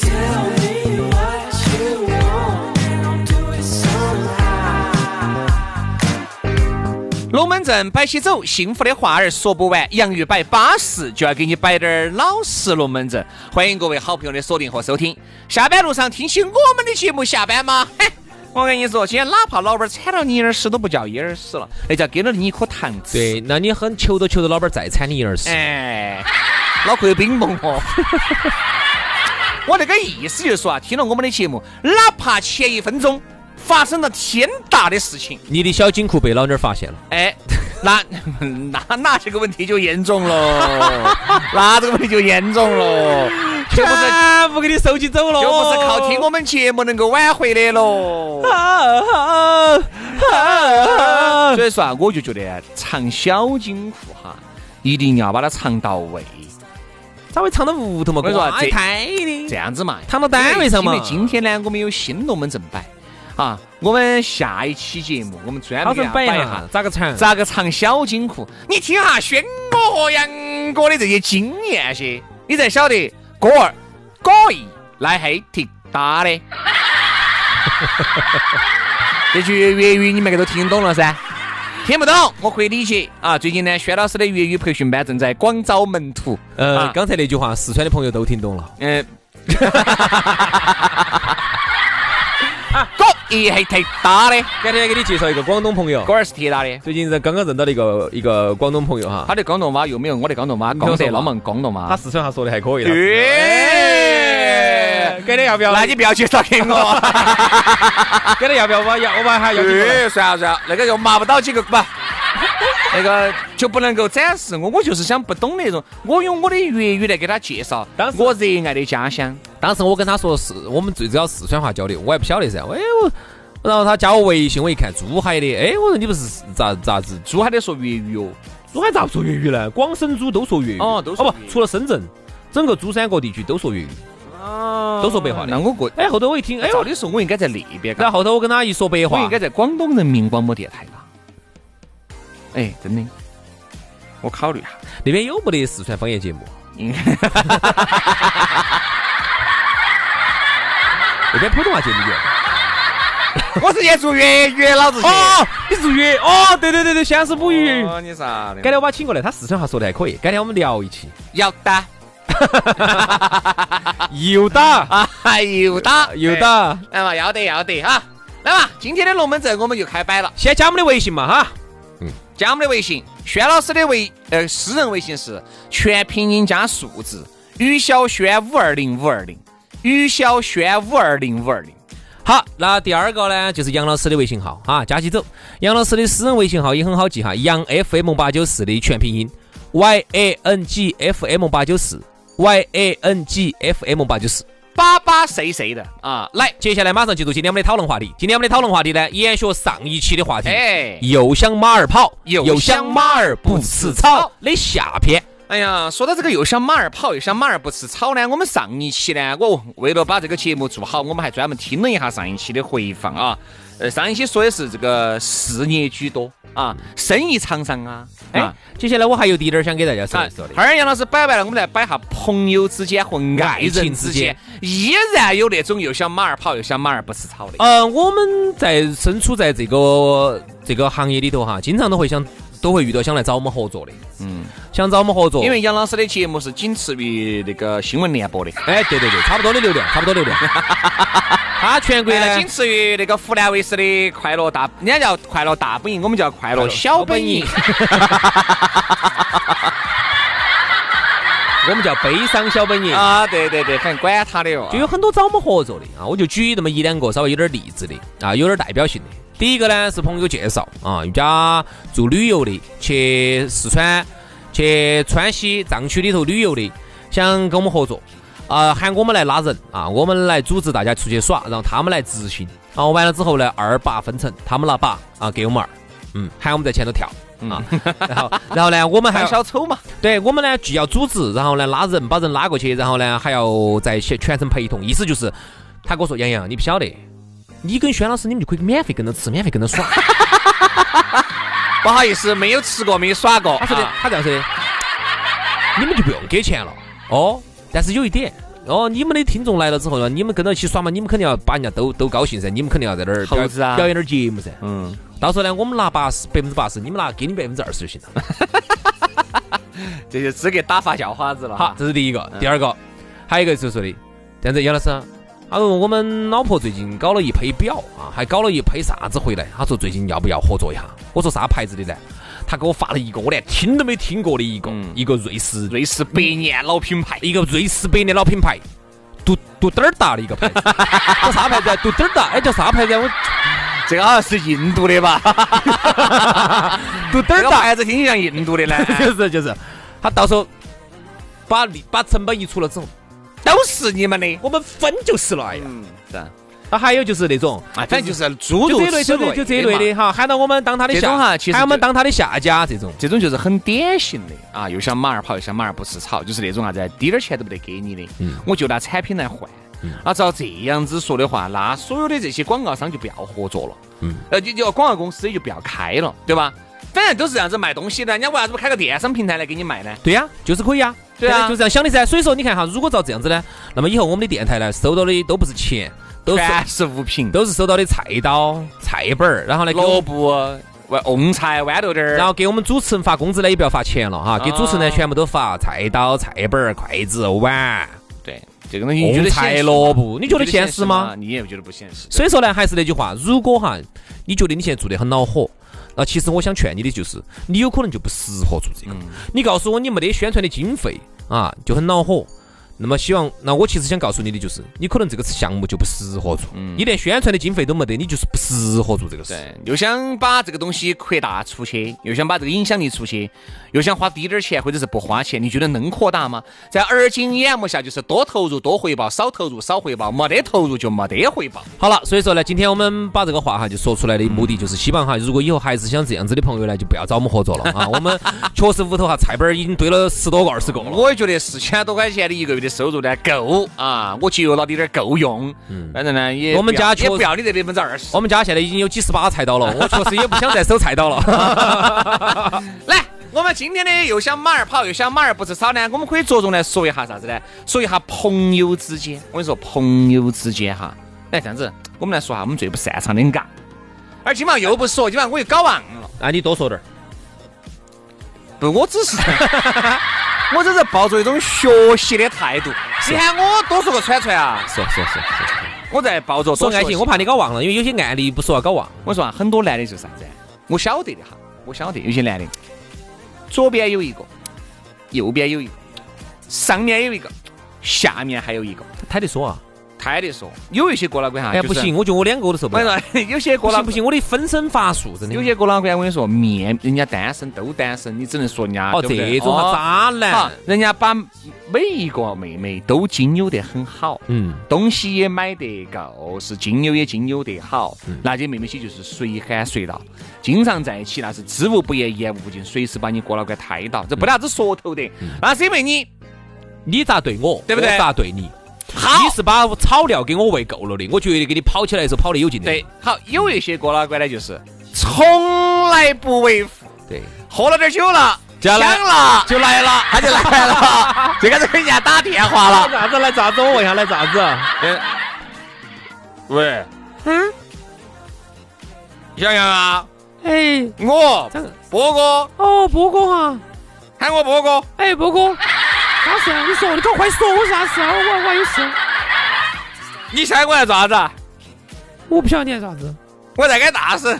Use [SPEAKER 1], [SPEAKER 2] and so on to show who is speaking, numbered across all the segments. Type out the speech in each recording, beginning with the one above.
[SPEAKER 1] Tell me what you want, and I'll do it somehow.
[SPEAKER 2] 龙门阵摆起走，幸福的话儿说不完，洋芋摆巴适，就要给你摆点儿老实龙门阵。欢迎各位好朋友的锁定和收听。下班路上听起我们的节目下班吗？ 嘿，我跟你说，今天哪怕老板铲了你一耳屎都不叫一耳屎了，那叫给了你一颗糖吃。
[SPEAKER 3] 对，那你很求都求着老板再铲你一耳屎。
[SPEAKER 2] 哎，脑壳有冰梦哦。 我那个意思就是说啊，听了我们的节目，哪怕前一分钟发生了天大的事情，
[SPEAKER 3] 你的小金库被老妞儿发现了，
[SPEAKER 2] 哎，那那那这个问题就严重了，那这个问题就严重了，就不是
[SPEAKER 3] 全啊部给你收集走了
[SPEAKER 2] 就不是靠听我们节目能够挽回的 喽。
[SPEAKER 3] 啊
[SPEAKER 2] 所以说啊，我就觉得藏小金库哈，一定要把它藏到位。
[SPEAKER 3] 咋会藏到屋头嘛？
[SPEAKER 2] 我跟你说啊
[SPEAKER 3] 瓜
[SPEAKER 2] 这
[SPEAKER 3] 太的
[SPEAKER 2] 这样子嘛，
[SPEAKER 3] 躺到单位上嘛
[SPEAKER 2] 因为今天呢，我们有新龙门阵摆啊，我们下一期节目我们专
[SPEAKER 3] 好啊
[SPEAKER 2] 门给
[SPEAKER 3] 生
[SPEAKER 2] 大家摆
[SPEAKER 3] 摆
[SPEAKER 2] 一
[SPEAKER 3] 一
[SPEAKER 2] 下
[SPEAKER 3] 下，咋个铲？
[SPEAKER 2] 咋个藏小金库？你听哈轩哥和杨哥的这些经验些，你才晓得哥儿哥一来黑挺大的。这句粤语你们都听懂了噻？听不懂我可以理解啊。最近呢，轩老师的粤语培训班正在广招门徒。
[SPEAKER 3] 呃
[SPEAKER 2] 啊，
[SPEAKER 3] 刚才那句话，四川的朋友都听懂了。
[SPEAKER 2] 嗯，哥一黑挺大的，
[SPEAKER 3] 改天给你介绍一个广东朋友
[SPEAKER 2] 哥，儿是铁打的。
[SPEAKER 3] 最近认刚刚认到了一个一个广东朋友哈，
[SPEAKER 2] 他的广东话又没有我的广东话讲得那么广东话
[SPEAKER 3] 他。四川话说的还可以了。
[SPEAKER 2] 哎，
[SPEAKER 3] 改天要不要？
[SPEAKER 2] 那你不要介绍给我。
[SPEAKER 3] 改天要不要？我要我把他要进来。
[SPEAKER 2] 哎，算了算了，那个又麻不到几个不，那个就不能够展示我，我就是想不懂那种，我用我的粤语来给他介绍
[SPEAKER 3] 当时
[SPEAKER 2] 我热爱的家乡。
[SPEAKER 3] 当时我跟他说是我们最主要四川话交流，我还不晓得噻。我哎我，然后他加我微信，我一看珠海的，哎，我说你不是咋咋子？
[SPEAKER 2] 珠海的说粤语哦，
[SPEAKER 3] 珠海咋不说粤语呢？广深珠都说粤语
[SPEAKER 2] 哦都说
[SPEAKER 3] 哦
[SPEAKER 2] 粤语
[SPEAKER 3] 不，除了深圳，整个珠三角地区都说粤语，都说白话
[SPEAKER 2] 那
[SPEAKER 3] 的。
[SPEAKER 2] 我过，
[SPEAKER 3] 哎，后头我一听，哎
[SPEAKER 2] 嗯哎，照
[SPEAKER 3] 呦，
[SPEAKER 2] 理说我应该在那边
[SPEAKER 3] 然
[SPEAKER 2] 嘎，
[SPEAKER 3] 后后头我跟他一说白
[SPEAKER 2] 我
[SPEAKER 3] 话
[SPEAKER 2] 应该，在广东人民广播电台嘎。哎，真的，我考虑一下。
[SPEAKER 3] 那边有没得四川方言节目？
[SPEAKER 2] 啊
[SPEAKER 3] 那哎边普通话节目有。
[SPEAKER 2] 我是演做粤语，老子去。
[SPEAKER 3] 哦，你是粤哦，对对对对，相思母语。
[SPEAKER 2] 哦，你啥的？
[SPEAKER 3] 改天我把他请过来，他四川话说的还可以，改天我们聊一期。
[SPEAKER 2] 要打，
[SPEAKER 3] 又打
[SPEAKER 2] 哎，又打，
[SPEAKER 3] 又打。
[SPEAKER 2] 啊哎嘛，要得要得哈。那么今天的龙门阵我们就开摆了，
[SPEAKER 3] 先加我们的微信嘛哈，
[SPEAKER 2] 加我们的微信，轩老师的微呃私人微信是全拼音加数字，于小轩五二零五二零，于小轩五二零五二零。
[SPEAKER 3] 好，那第二个呢，就是杨老师的微信号哈，加起走。杨老师的私人微信号也很好记哈，杨 FM 八九四的全拼音，Y A N G F M 八九四，Y A N G F M 八九四。
[SPEAKER 2] 巴巴谁谁的啊？来，
[SPEAKER 3] 接下来马上进入今天我们的讨论话题。今天我们的讨论话题呢，延续上一期的话题，
[SPEAKER 2] 哎
[SPEAKER 3] 又想马儿跑，
[SPEAKER 2] 又想
[SPEAKER 3] 马儿不
[SPEAKER 2] 吃
[SPEAKER 3] 吃
[SPEAKER 2] 草
[SPEAKER 3] 草的下篇。
[SPEAKER 2] 哎呀，说到这个又想马儿跑，又想马儿不吃草呢。我们上一期呢，我为了把这个节目做好，我们还专门听了一下上一期的回放啊。呃，上一期说的是这个事业居多啊，生意场上啊，
[SPEAKER 3] 哎
[SPEAKER 2] 啊，
[SPEAKER 3] 接下来我还有滴点儿想给大家说
[SPEAKER 2] 啊
[SPEAKER 3] 一说的，，
[SPEAKER 2] 二杨老师摆完了，我们来摆下朋友之间和爱
[SPEAKER 3] 爱
[SPEAKER 2] 人
[SPEAKER 3] 情
[SPEAKER 2] 之
[SPEAKER 3] 之
[SPEAKER 2] 间
[SPEAKER 3] 间，
[SPEAKER 2] 依然有那种又想马儿跑又想马儿不吃
[SPEAKER 3] 哦
[SPEAKER 2] 草的。
[SPEAKER 3] 呃，我们在身处在这个这个行业里头哈，经常都会想都会遇到想来找我们合作的，嗯，想找我们合作，
[SPEAKER 2] 因为杨老师的节目是仅次于那个新闻联播的，
[SPEAKER 3] 哎，对对对，差不多的流量，差不多流 量，他全国
[SPEAKER 2] 哎
[SPEAKER 3] 呢
[SPEAKER 2] 仅。次于那个湖南卫视的快乐大，人家叫快乐大本营，我们叫快乐小本营。
[SPEAKER 3] 我们叫悲伤小本营，
[SPEAKER 2] 啊，对对对，反正管他的哦哟。
[SPEAKER 3] 就有很多找我们合作的啊，我就举那么一两个稍微有点例子的啊，有点代表性的。第一个呢是朋友介绍啊，人家做旅游的，去四川、去川西藏区里头旅游的，想跟我们合作啊，喊我们来拉人啊，我们来组织大家出去耍，然后他们来执行。啊，完了之后呢，二八分成，他们拿把啊给我们二，嗯，喊我们在前头跳啊，然后然后呢，我 们还
[SPEAKER 2] 还
[SPEAKER 3] 要
[SPEAKER 2] 小丑嘛，
[SPEAKER 3] 对我们呢，既要组织，然后呢拉人，把人拉过去，然后呢还要在全全程陪同。意思就是，他跟我说：“杨洋，你不晓得，你跟轩老师你们就可以免费跟着吃，免费跟着耍。
[SPEAKER 2] 不好意思，没有吃过，没有耍过”。
[SPEAKER 3] 他说的
[SPEAKER 2] 啊，
[SPEAKER 3] 他这样说的，你们就不用给钱了哦。但是有一点哦，你们的听众来了之后呢，你们跟着一起耍嘛，你们肯定要把人家都都高兴噻，你们肯定要在那儿表
[SPEAKER 2] 猴子啊
[SPEAKER 3] 表演点节目噻。
[SPEAKER 2] 嗯，
[SPEAKER 3] 到时候呢，我们拿八十百分之八十，你们拿给你百分之二十就行了。
[SPEAKER 2] 这就资格打发叫花子了。
[SPEAKER 3] 好，，这是第一个，
[SPEAKER 2] 嗯
[SPEAKER 3] 第二个，还有一个就是说的，这样子，杨老师，他说我们老婆最近搞了一批表啊，还搞了一批啥子回来，他说最近要不要合作一下？我说啥牌子的呢？他给我发了一个我连听都没听过的一个、
[SPEAKER 2] 嗯
[SPEAKER 3] 一个瑞士
[SPEAKER 2] 瑞士百年老品牌，
[SPEAKER 3] 一个瑞士百年老品牌，嘟嘟嘚儿大的一个牌子， 叫啥牌子啊？嘟嘚儿大，哎叫啥牌子啊？我
[SPEAKER 2] 这个好像是印度的吧？
[SPEAKER 3] 嘟嘚
[SPEAKER 2] 这
[SPEAKER 3] 儿
[SPEAKER 2] 个
[SPEAKER 3] 大，
[SPEAKER 2] 牌子挺像印度的呢，
[SPEAKER 3] 就是就是，他到时候把利把成本一出了之后，
[SPEAKER 2] 都是你们的。
[SPEAKER 3] 我们分就是了，哎呀。
[SPEAKER 2] 嗯，是啊，
[SPEAKER 3] 他还有就是那种，
[SPEAKER 2] 哎反正就是猪
[SPEAKER 3] 就
[SPEAKER 2] 肉
[SPEAKER 3] 这一类，
[SPEAKER 2] 吃
[SPEAKER 3] 就这就这一
[SPEAKER 2] 的嘛
[SPEAKER 3] 类的哈，喊到我们当他的
[SPEAKER 2] 这
[SPEAKER 3] 下
[SPEAKER 2] 种哈其实，
[SPEAKER 3] 喊我们
[SPEAKER 2] 就
[SPEAKER 3] 当他的下家这种。
[SPEAKER 2] 这种就是很典型的啊，又想马儿跑，又想马儿不吃草，就是那种啥子，滴点儿钱都不得给你的，
[SPEAKER 3] 嗯
[SPEAKER 2] 我就拿产品来换。那照这样子说的话，那所有的这些广告商就不要合作了，嗯，呃，就就广告公司也就不要开了，对吧？反正都是这样子卖东西的，人家为啥子不开个电商平台来给你卖呢？
[SPEAKER 3] 对呀、就是可以啊，
[SPEAKER 2] 对啊
[SPEAKER 3] 就是这样想的噻。所以说，你看哈，如果照这样子呢，那么以后我们的电台呢，收到的都不是钱，都 是
[SPEAKER 2] 全是物品，
[SPEAKER 3] 都是收到的菜刀、菜本儿，然后呢，给我
[SPEAKER 2] 萝
[SPEAKER 3] 们
[SPEAKER 2] 卜、豌蕹菜、豌豆丁儿，
[SPEAKER 3] 然后给我们主持人发工资呢，也不要发钱了哈，给主持人呢
[SPEAKER 2] 啊
[SPEAKER 3] 全部都发菜刀、菜本儿、筷子、碗、
[SPEAKER 2] 对这个东西，你觉
[SPEAKER 3] 红
[SPEAKER 2] 得
[SPEAKER 3] 菜、
[SPEAKER 2] 现实
[SPEAKER 3] 萝
[SPEAKER 2] 吗？
[SPEAKER 3] 卜，你觉得现实吗？？
[SPEAKER 2] 你也觉得不现实。
[SPEAKER 3] 所以说呢，还是那句话，如果哈，你觉得你现在做的很恼火，那其实我想劝你的就是，你有可能就不适合做这个。你告诉我你没得宣传的经费啊，就很恼火。那么希望，那我其实想告诉你的就是，你可能这个项目就不适合做，你连宣传的经费都没得，你就是不适合做这个事。
[SPEAKER 2] 对，又想把这个东西扩大出去，又想把这个影响力出去，又想花低点儿钱或者是不花钱，你觉得能扩大吗？在耳今眼目下，就是多投入多回报，少投入少回报，没得投入就没得回报。
[SPEAKER 3] 好了，所以说呢，今天我们把这个话哈就说出来的目的就是希望哈，如果以后还是想这样子的朋友呢，就不要找我们合作了啊。我们 确实屋头哈菜本儿已经堆了十多个、二十个了。
[SPEAKER 2] 我也觉得四千多块钱的一个月的收入呢，够啊，我节约了点儿够用。嗯，反正呢也
[SPEAKER 3] 我们
[SPEAKER 2] 不要
[SPEAKER 3] 家确
[SPEAKER 2] 也
[SPEAKER 3] 实
[SPEAKER 2] 不要你这百分之二十。
[SPEAKER 3] 我们家现在已经有几十把菜 刀了，我确实也不想再收菜刀了。
[SPEAKER 2] 来，我们今天呢又想马儿跑，又想马儿不吃草呢，我们可以着重来说一下啥子呢？说一下朋友之间。我跟你说，朋友之间哈，哎来这样子，我们来说下我们最不擅长的嘎。而今晚又不说，今晚我又搞忘了。
[SPEAKER 3] 那你多说点儿。
[SPEAKER 2] 不，我只是， 我只是抱着一种学习的态度。你看我多说个串串啊，
[SPEAKER 3] 说说说说
[SPEAKER 2] 我在抱着多
[SPEAKER 3] 说爱
[SPEAKER 2] 学习
[SPEAKER 3] 情，我怕你搞忘了，因为有些案例不说要搞忘。
[SPEAKER 2] 我说啊，很多男的就是啥子啊？我晓得的哈，我晓得有些男的，左边有一个，右边有一个，上面有一个，下面还有一个。
[SPEAKER 3] 他得说啊，
[SPEAKER 2] 他得说，有一些哥老倌哈，
[SPEAKER 3] 哎呀
[SPEAKER 2] 就
[SPEAKER 3] 不
[SPEAKER 2] 是
[SPEAKER 3] 行，，我觉得我两个都受不
[SPEAKER 2] 我跟
[SPEAKER 3] 了。
[SPEAKER 2] 你说， 有些哥
[SPEAKER 3] 不
[SPEAKER 2] 老
[SPEAKER 3] 行不行，我的分身乏术，真的。
[SPEAKER 2] 有些哥老倌，我跟你说，面人家单身都单身，你只能说人家
[SPEAKER 3] 哦，
[SPEAKER 2] 对不对
[SPEAKER 3] 这种哈
[SPEAKER 2] 哦
[SPEAKER 3] 渣
[SPEAKER 2] 好
[SPEAKER 3] 男，
[SPEAKER 2] 人家把每一个妹妹都经营得很好，
[SPEAKER 3] 嗯，
[SPEAKER 2] 东西也买得够，是经营也经营得好，那些妹妹些就是随喊随到，经常在一起，那是知无不言，言无不尽，随时把你哥老倌抬到，这没得啥子说头的，那是因为你
[SPEAKER 3] 你咋对我，
[SPEAKER 2] 对不对
[SPEAKER 3] 我咋对你？
[SPEAKER 2] 好
[SPEAKER 3] 你是把草料给我喂够了的，我绝对给你跑起来的时候跑得有劲的。
[SPEAKER 2] 对，好，有一些哥老倌呢，就是从来不为负，
[SPEAKER 3] 对，
[SPEAKER 2] 喝了点酒了，
[SPEAKER 3] 就要
[SPEAKER 2] 香
[SPEAKER 3] 来
[SPEAKER 2] 了就来 了，他就来了，就开始给人家打电话了。
[SPEAKER 3] 咋子来咋子？我问下来咋子？
[SPEAKER 2] 哎喂，嗯，洋洋啊，
[SPEAKER 4] 哎，
[SPEAKER 2] 我
[SPEAKER 4] 这个
[SPEAKER 2] 波哥
[SPEAKER 4] 哦，波哥哈，
[SPEAKER 2] 喊我波哥，
[SPEAKER 4] 哎，波哥，啥事啊？你说，你给我快说，我啥事啊？我我有事，
[SPEAKER 2] 你喊我要做啥子啊？
[SPEAKER 4] 我不晓得你要啥子。
[SPEAKER 2] 我在干大事。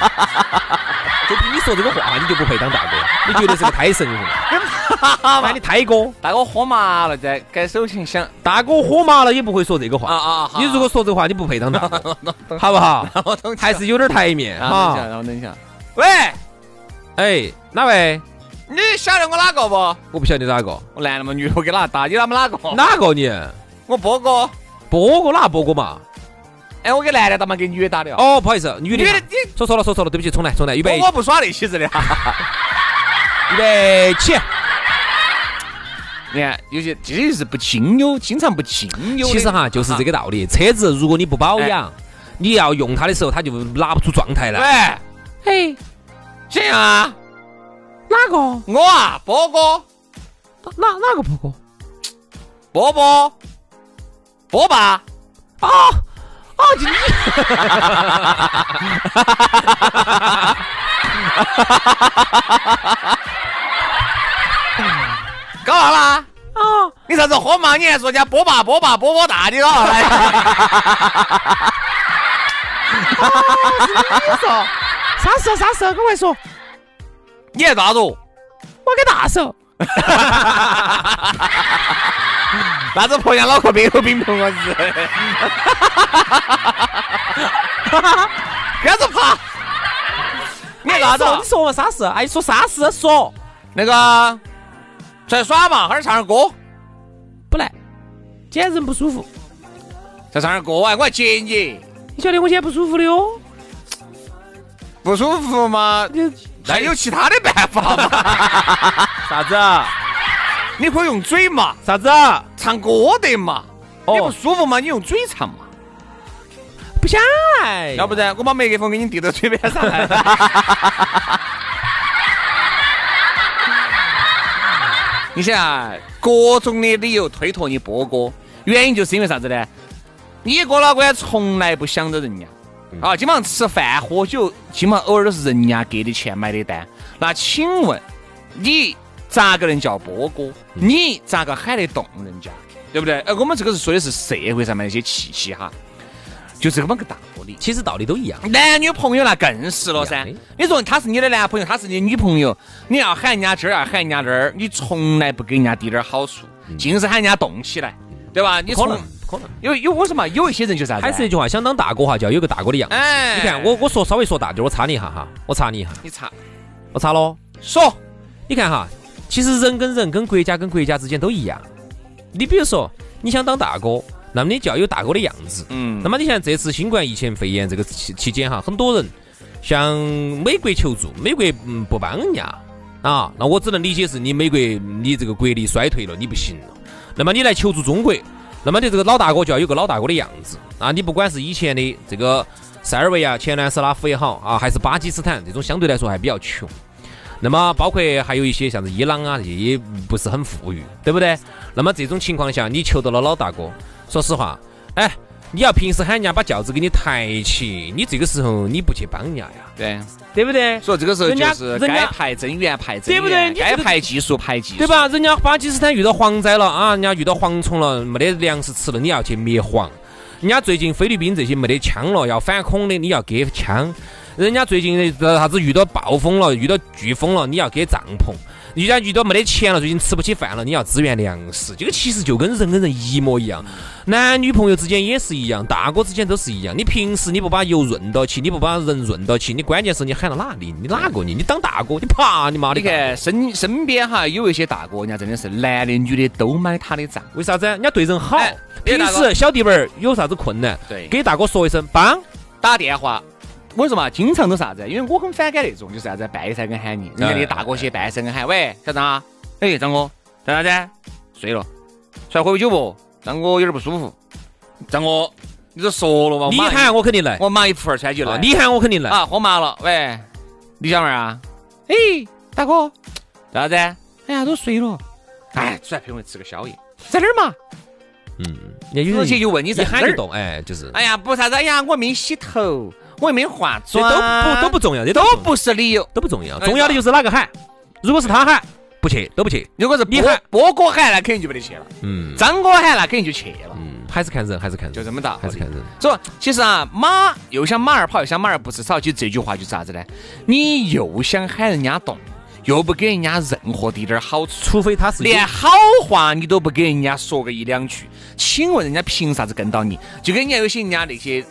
[SPEAKER 4] 就凭你说这个话，你就不配当大哥，你绝对是个胎神，
[SPEAKER 3] 哎
[SPEAKER 4] 那你胎哥，
[SPEAKER 2] 大哥喝麻了，在改手琴响。
[SPEAKER 4] 大哥喝麻了也不会说这个话。
[SPEAKER 2] 啊
[SPEAKER 4] 你如果说这个话，你不配当 大哥，好不好？
[SPEAKER 2] 我等
[SPEAKER 4] 还是有点台面
[SPEAKER 2] 啊，等一下，
[SPEAKER 4] 哈。
[SPEAKER 2] 让我等一下。喂，
[SPEAKER 4] 哎，哪位？
[SPEAKER 2] 你晓得我哪个不？
[SPEAKER 4] 我不晓得哪个，
[SPEAKER 2] 我男的嘛，女的我给哪打？你他们哪个？
[SPEAKER 4] 哪个你？
[SPEAKER 2] 我波哥。
[SPEAKER 4] 波哥哪波哥嘛？
[SPEAKER 2] 哎，我给男的打嘛，给女的打的哦。
[SPEAKER 4] 哦，不好意思，女的
[SPEAKER 2] 女。的，你
[SPEAKER 4] 说错了，说错了，对不起，重来，重来，预备，
[SPEAKER 2] 我我不耍那些子的。
[SPEAKER 4] 预备起。
[SPEAKER 2] 你看，有些这就是不清幽，经常不清幽的。
[SPEAKER 4] 其实哈，
[SPEAKER 2] 啊
[SPEAKER 4] 就是这个道理。车子如果你不保养，
[SPEAKER 2] 哎
[SPEAKER 4] 你要用它的时候，它就拿不出状态来。
[SPEAKER 2] 啊。
[SPEAKER 1] 嘿，
[SPEAKER 2] 喂，这样啊，
[SPEAKER 1] 哪个？
[SPEAKER 2] 我啊，波哥，
[SPEAKER 1] 哪哪个婆婆？
[SPEAKER 2] 波波，波爸，啊
[SPEAKER 1] 哦，就你。
[SPEAKER 2] 搞啥啦？
[SPEAKER 1] 哦，
[SPEAKER 2] 你啥子喝嘛？你还说人家波爸波爸波波大，你哎搞
[SPEAKER 1] 啊
[SPEAKER 2] 啥来？
[SPEAKER 1] 你说啥事啊？啥事啊？赶快说，
[SPEAKER 2] 你还咋子？
[SPEAKER 1] 我给大手。
[SPEAKER 2] 那子婆娘脑壳没有冰桶我是，干子爬，你干啥子啊？
[SPEAKER 1] 你说嘛？啥事？哎，说啥事？说。
[SPEAKER 2] 那个在耍嘛，哈儿唱点歌，
[SPEAKER 1] 不来，今天人不舒服，
[SPEAKER 2] 再唱点歌哎，我还接你，
[SPEAKER 1] 你晓得我今天不舒服的哟。
[SPEAKER 2] 不舒服吗？
[SPEAKER 1] 你
[SPEAKER 2] 那有其他的办法吗？
[SPEAKER 4] 啥子？啊
[SPEAKER 2] 你可以用嘴嘛，
[SPEAKER 4] 啥子？啊
[SPEAKER 2] 唱歌得嘛。
[SPEAKER 4] 哦
[SPEAKER 2] 你不舒服嘛，你用嘴唱嘛，
[SPEAKER 1] 不想
[SPEAKER 4] 哎
[SPEAKER 1] 来。
[SPEAKER 2] 要不然我把麦克风给你递到嘴边上来。你想啊，各种的理由推脱你波哥，原因就是因为啥子呢？你哥老倌从来不想着人家，啊，基本上吃饭喝酒，基本上偶尔都是人家给的钱买的单。那请问你咋个能叫波哥？你咋个喊得动人家？对不对？呃，我们这个是说的是社会上面的一些气息哈，就这么个道理。
[SPEAKER 4] 其实道理都一样。
[SPEAKER 2] 男女朋友那更是了噻
[SPEAKER 4] 一样。
[SPEAKER 2] 你说他是你的男朋友，他是你的女朋友，你要喊人家这儿，要喊人家那儿，你从来不给人家滴点儿好处，尽是喊人家动起来，对吧？你
[SPEAKER 4] 可
[SPEAKER 2] 从
[SPEAKER 4] 能，可能。
[SPEAKER 2] 有有我说嘛，有一些人就是啥子？啊
[SPEAKER 4] 还是那句话，想当大哥哈，就要有个大哥的样子。
[SPEAKER 2] 哎，
[SPEAKER 4] 你看我，我说稍微说大点儿，我插你一下哈，我插你一下，
[SPEAKER 2] 你查
[SPEAKER 4] 我插喽。
[SPEAKER 2] 说
[SPEAKER 4] 你看哈，其实人跟人、跟国家跟国家之间都一样。你比如说，你想当大哥，那么你就要有大哥的样子。
[SPEAKER 2] 嗯
[SPEAKER 4] 那么你像这次新冠疫情肺炎这个期期间哈，很多人向美国求助，美国嗯不帮人家啊，那我只能理解是你美国你这个国力衰退了，你不行了。那么你来求助中国，那么你这个老大哥就要有个老大哥的样子啊！你不管是以前的这个塞尔维亚、前南斯拉夫也好啊，还是巴基斯坦这种相对来说还比较穷。那么包括还有一些像是伊朗啊这些也不是很富裕，对不对？那么这种情况下，你求到了老大哥，说实话，哎，你要平时喊人家把轿子给你抬起，你这个时候你不去帮人家呀，
[SPEAKER 2] 对，
[SPEAKER 4] 对不对？
[SPEAKER 2] 所以这个时候
[SPEAKER 4] 人
[SPEAKER 2] 就
[SPEAKER 4] 家
[SPEAKER 2] 是
[SPEAKER 4] 人家
[SPEAKER 2] 该排增援排增
[SPEAKER 4] 对不对
[SPEAKER 2] 援，
[SPEAKER 4] 你这个
[SPEAKER 2] 该排技术排技术，
[SPEAKER 4] 对？吧？人家巴基斯坦遇到蝗灾了啊，人家遇到蝗虫了，没得粮食吃了，你要去灭蝗。人家最近菲律宾这些没得枪了，要反恐的，你要给枪。人家最近的啥子遇到暴风了，遇到飓风了，你要给帐篷。人家遇到没得钱了，最近吃不起饭了，你要支援粮食。这个其实就跟人跟人一模一样，男女朋友之间也是一样，大哥之间都是一样。你平时你不把油润到起，你不把人润到起，你关键是你喊到哪里？你哪个你？你当大哥，你啪你妈的
[SPEAKER 2] 你！看身身边哈有一些大哥，人家真的是男的女的都买他的账。
[SPEAKER 4] 为啥子？人家对人好
[SPEAKER 2] 哎，别
[SPEAKER 4] 平
[SPEAKER 2] 大哥
[SPEAKER 4] 时小弟们儿有啥子困难，
[SPEAKER 2] 对
[SPEAKER 4] 给大哥说一声，帮。
[SPEAKER 2] 打电话。我跟你说嘛，经常都啥子？因为我很反感那种，就是啥子半夜三更喊
[SPEAKER 4] 哎
[SPEAKER 2] 你，人家的大哥些半夜三更喊，喂，小张啊，哎，张哥，干啥子？睡了，出来喝杯酒不？张哥有点不舒服。张哥，你都说了嘛，我
[SPEAKER 4] 你
[SPEAKER 2] 马上
[SPEAKER 4] 喊我肯定来，
[SPEAKER 2] 我马上一扑二穿就来。
[SPEAKER 4] 啊你喊我肯定来。
[SPEAKER 2] 啊，喝麻了，喂，李小妹儿啊，哎，大哥，干啥子？哎呀，都睡了。哎，出来陪我们吃个宵夜，在哪儿嘛？
[SPEAKER 4] 人家有
[SPEAKER 2] 直接
[SPEAKER 4] 人
[SPEAKER 2] 就问你
[SPEAKER 4] 嗯一
[SPEAKER 2] 在哪
[SPEAKER 4] 喊就
[SPEAKER 2] 儿。
[SPEAKER 4] 动，哎，就是，
[SPEAKER 2] 哎呀，不啥子，哎呀，我没洗头，我又没化
[SPEAKER 4] 这
[SPEAKER 2] 妆，
[SPEAKER 4] 都不都不重要，这
[SPEAKER 2] 都
[SPEAKER 4] 不重要
[SPEAKER 2] 不是理由。
[SPEAKER 4] 都不重要，
[SPEAKER 2] 哎
[SPEAKER 4] 重要的就是哪个喊，如果是他喊，不去都不去，
[SPEAKER 2] 如果是
[SPEAKER 4] 你
[SPEAKER 2] 波
[SPEAKER 4] 喊
[SPEAKER 2] 波哥喊，那肯定就没得去了；
[SPEAKER 4] 嗯
[SPEAKER 2] 张哥喊，那肯定就去了。
[SPEAKER 4] 嗯，还是看人，还是看人，
[SPEAKER 2] 就这么大，
[SPEAKER 4] 还是看人。
[SPEAKER 2] 所以其实啊，马又想马儿跑，又想马儿不吃草，就这句话就是啥子呢？你又想喊人家动，又不给人家任何的一点儿好处，
[SPEAKER 4] 除非他是有
[SPEAKER 2] 连好话你都不给人家说个一两句，请问人家凭啥子跟到你？就跟人家有些人家那些。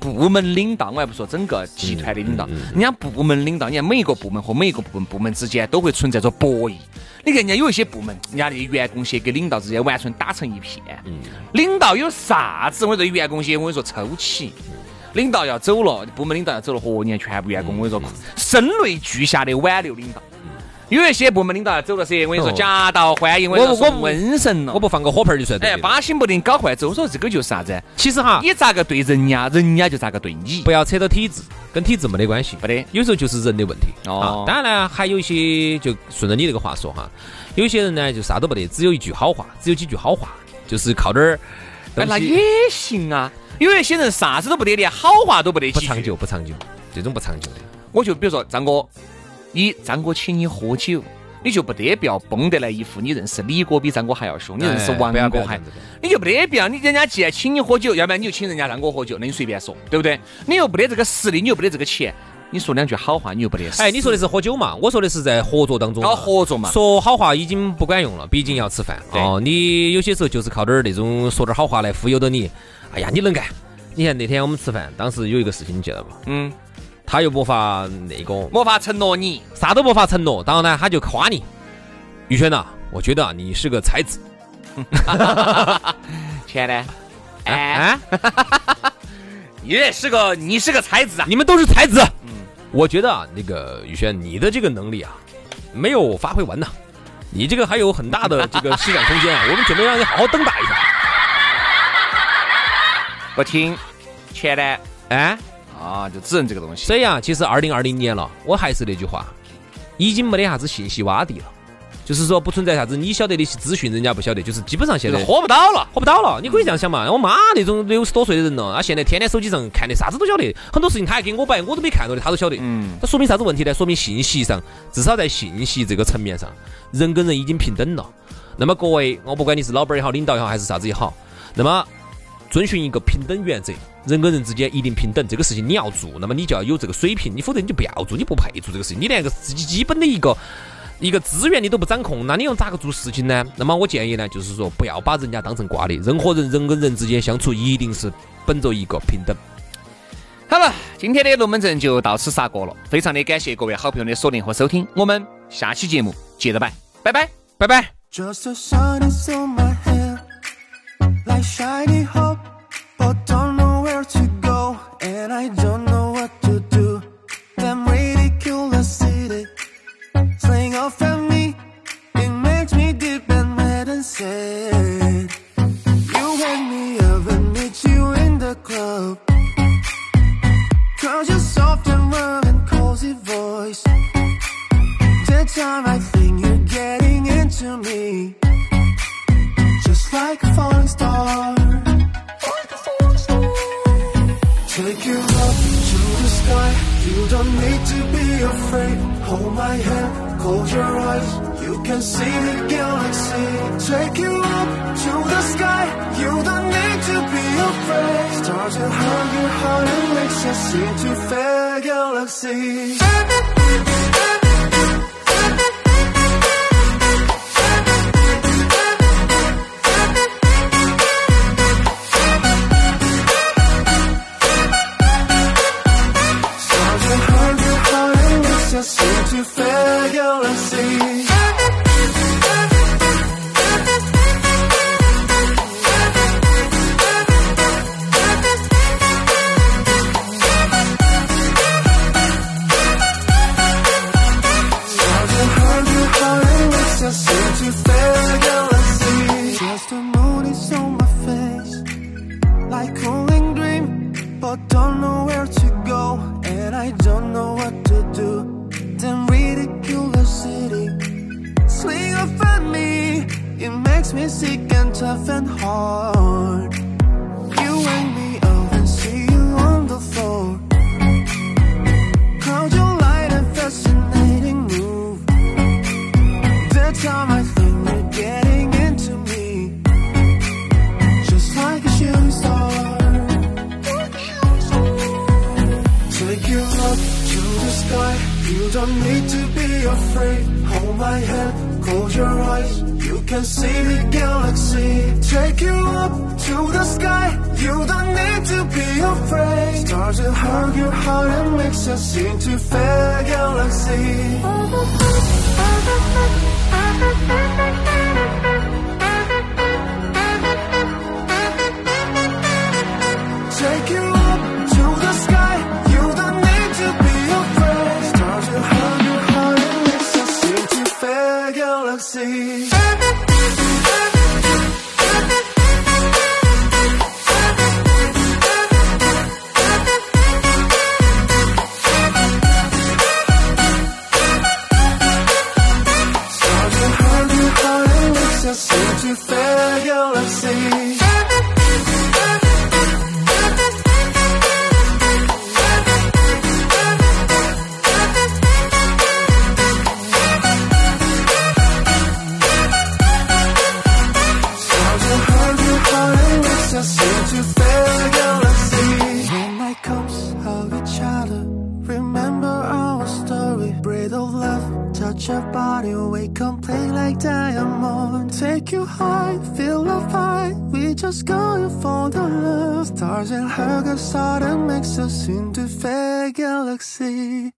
[SPEAKER 2] 部门领导，我还不说整个集团的领导，人家部门领导，人家每一个部门和每一个部门部门之间都会存在着博弈。你看人家有一些部门，人家的员工些跟领导之间完全打成一片，领导有啥子？我这员工些，我跟你说抽起。领导要走了，部门领导要走了，和年全部员工，
[SPEAKER 4] 嗯
[SPEAKER 2] 我跟你说，声泪俱下的挽留领导。有一些部门领导要走了噻，我跟你说，
[SPEAKER 4] 哦
[SPEAKER 2] 夹道欢迎，我跟你
[SPEAKER 4] 我
[SPEAKER 2] 说，
[SPEAKER 4] 我
[SPEAKER 2] 送瘟神了
[SPEAKER 4] 我。不放个火盆儿就算对啊
[SPEAKER 2] 哎，
[SPEAKER 4] 的。
[SPEAKER 2] 巴心不定搞坏走，我说这个就是啥子？
[SPEAKER 4] 其实哈，
[SPEAKER 2] 你咋个对人家，人家就咋个对你
[SPEAKER 4] 不。要扯到体制，跟体制没得关系。
[SPEAKER 2] 没得
[SPEAKER 4] 有时候就是人的问题。
[SPEAKER 2] 哦
[SPEAKER 4] 啊，当然呢，还有一些就顺着你这个话说哈，有些人呢就啥都不得，只有一句好话，只有几句好话，就是靠点儿
[SPEAKER 2] 哎，
[SPEAKER 4] 东
[SPEAKER 2] 那
[SPEAKER 4] 西
[SPEAKER 2] 也行啊。有一些人啥子都不得，连好话都不得
[SPEAKER 4] 不
[SPEAKER 2] 几
[SPEAKER 4] 长
[SPEAKER 2] 句。
[SPEAKER 4] 久，不长久，这种不长久的。
[SPEAKER 2] 我就比如说张哥，你张哥请你喝酒，你就不得必要绷得来一副你认识李哥比张哥还要凶，你认识
[SPEAKER 4] 哎
[SPEAKER 2] 王
[SPEAKER 4] 不要不
[SPEAKER 2] 哥
[SPEAKER 4] 要
[SPEAKER 2] 还
[SPEAKER 4] 这样子
[SPEAKER 2] 你就没得必要，你人家既然请你喝酒，要不然你就请人家让我喝酒，那你随便说，对不对？你又没得这个实力，你又没得这个钱，你说两句好话，你又没得。
[SPEAKER 4] 哎，你说的是喝酒嘛？我说的是在合作当中嘛。
[SPEAKER 2] 搞合作哦嘛？
[SPEAKER 4] 说好话已经不管用了，毕竟要吃饭
[SPEAKER 2] 对
[SPEAKER 4] 哦。你有些时候就是靠点儿那种说点儿好话来忽悠到你。哎呀，你能干！你看那天我们吃饭，当时有一个事情你记得不？
[SPEAKER 2] 嗯，
[SPEAKER 4] 他又没法那个，
[SPEAKER 2] 没法承诺你，
[SPEAKER 4] 啥都没法承诺，然后呢，他就夸你。宇轩呐、我觉得啊，你是个才子。
[SPEAKER 2] 钱呢？
[SPEAKER 4] 啊
[SPEAKER 2] 哎，，你也是个，你是个才子啊！
[SPEAKER 4] 你们都是才子。我觉得啊，那个宇轩，你的这个能力啊，没有发挥完呢，你这个还有很大的这个施展空间啊。我们准备让你好好蹬打一下。
[SPEAKER 2] 不听，钱呢？
[SPEAKER 4] 哎，
[SPEAKER 2] 啊，就只能这个东西。
[SPEAKER 4] 所以啊，其实二零二零年了，我还是那句话，已经没得啥子信息洼地了，就是说不存在啥子你晓得的资讯，人家不晓得，就是基本上现
[SPEAKER 2] 就
[SPEAKER 4] 在
[SPEAKER 2] 是喝不到了，
[SPEAKER 4] 活不到了，你可以这样想嘛。我妈那种六十多岁的人了，她啊现在天天手机上看的啥子都晓得，很多事情她还给我摆，我都没看到的，她都晓得。嗯，那说明啥子问题呢？说明信息上，至少在信息这个层面上，人跟人已经平等了。那么各位，我不管你是老板儿也好，领导也好，还是啥子也好，那么遵循一个平等原则，人跟人之间一定平等，这个事情你要做，那么你就要有这个水平，你否则你就不要做，你不配做这个事情，你连个自己基本的一个。一个资源你都不掌控，那你用咋个做事情呢？那么我建议呢，就是说不要把人家当成瓜的，人和人、人跟人之间相处一定是本着一个平等。
[SPEAKER 2] 好了，今天的龙门阵就到此杀过了，非常的感谢各位好朋友的锁定和收听，我们下期节目接着摆，拜拜，拜拜。
[SPEAKER 1] Just the sun is on my hair, like shiny hope, but don't know where to go, and I don't know what to do. Them ridiculous city, sling off at me, it makes me deep and mad and sad. You wake me up and meet you in the club, cause you're soft and warm and cozy voice. The time I think you're getting into me Just like a falling star Take your love to the sky You don't need to be afraid Hold my hand, close your eyes You can see the galaxy Take you up to the sky You don't need to be afraid Start to hug your heart and let's just sing to fair galaxy Stars and heart and heart and let's just sing to fair galaxy. makes me sick and tough and hard. You wake me up and see you on the floor. Crowd your light and fascinating move. That's how I think you're getting into me. Just like a shooting star. Take your love to the sky. You don't need to be afraid. Hold my hand, close your eyes. You can see the galaxy. Take you up to the sky. You don't need to be afraid. Stars will hug your heart and mix us into fair galaxy. Take you up to the sky. You don't need to be afraid. Stars will hug your heart and mix us into fair galaxy. Stars and heart and heart and makes us into fair galaxy. Stars and heart and heart and makes us into fair galaxy. Moonlight comes, hug each other. Remember our story, breathe of love, touch your body, wake up, play like diamond. Take you high, feel the fight. We just going for the love. Stars and hug us out and makes us into fair galaxy.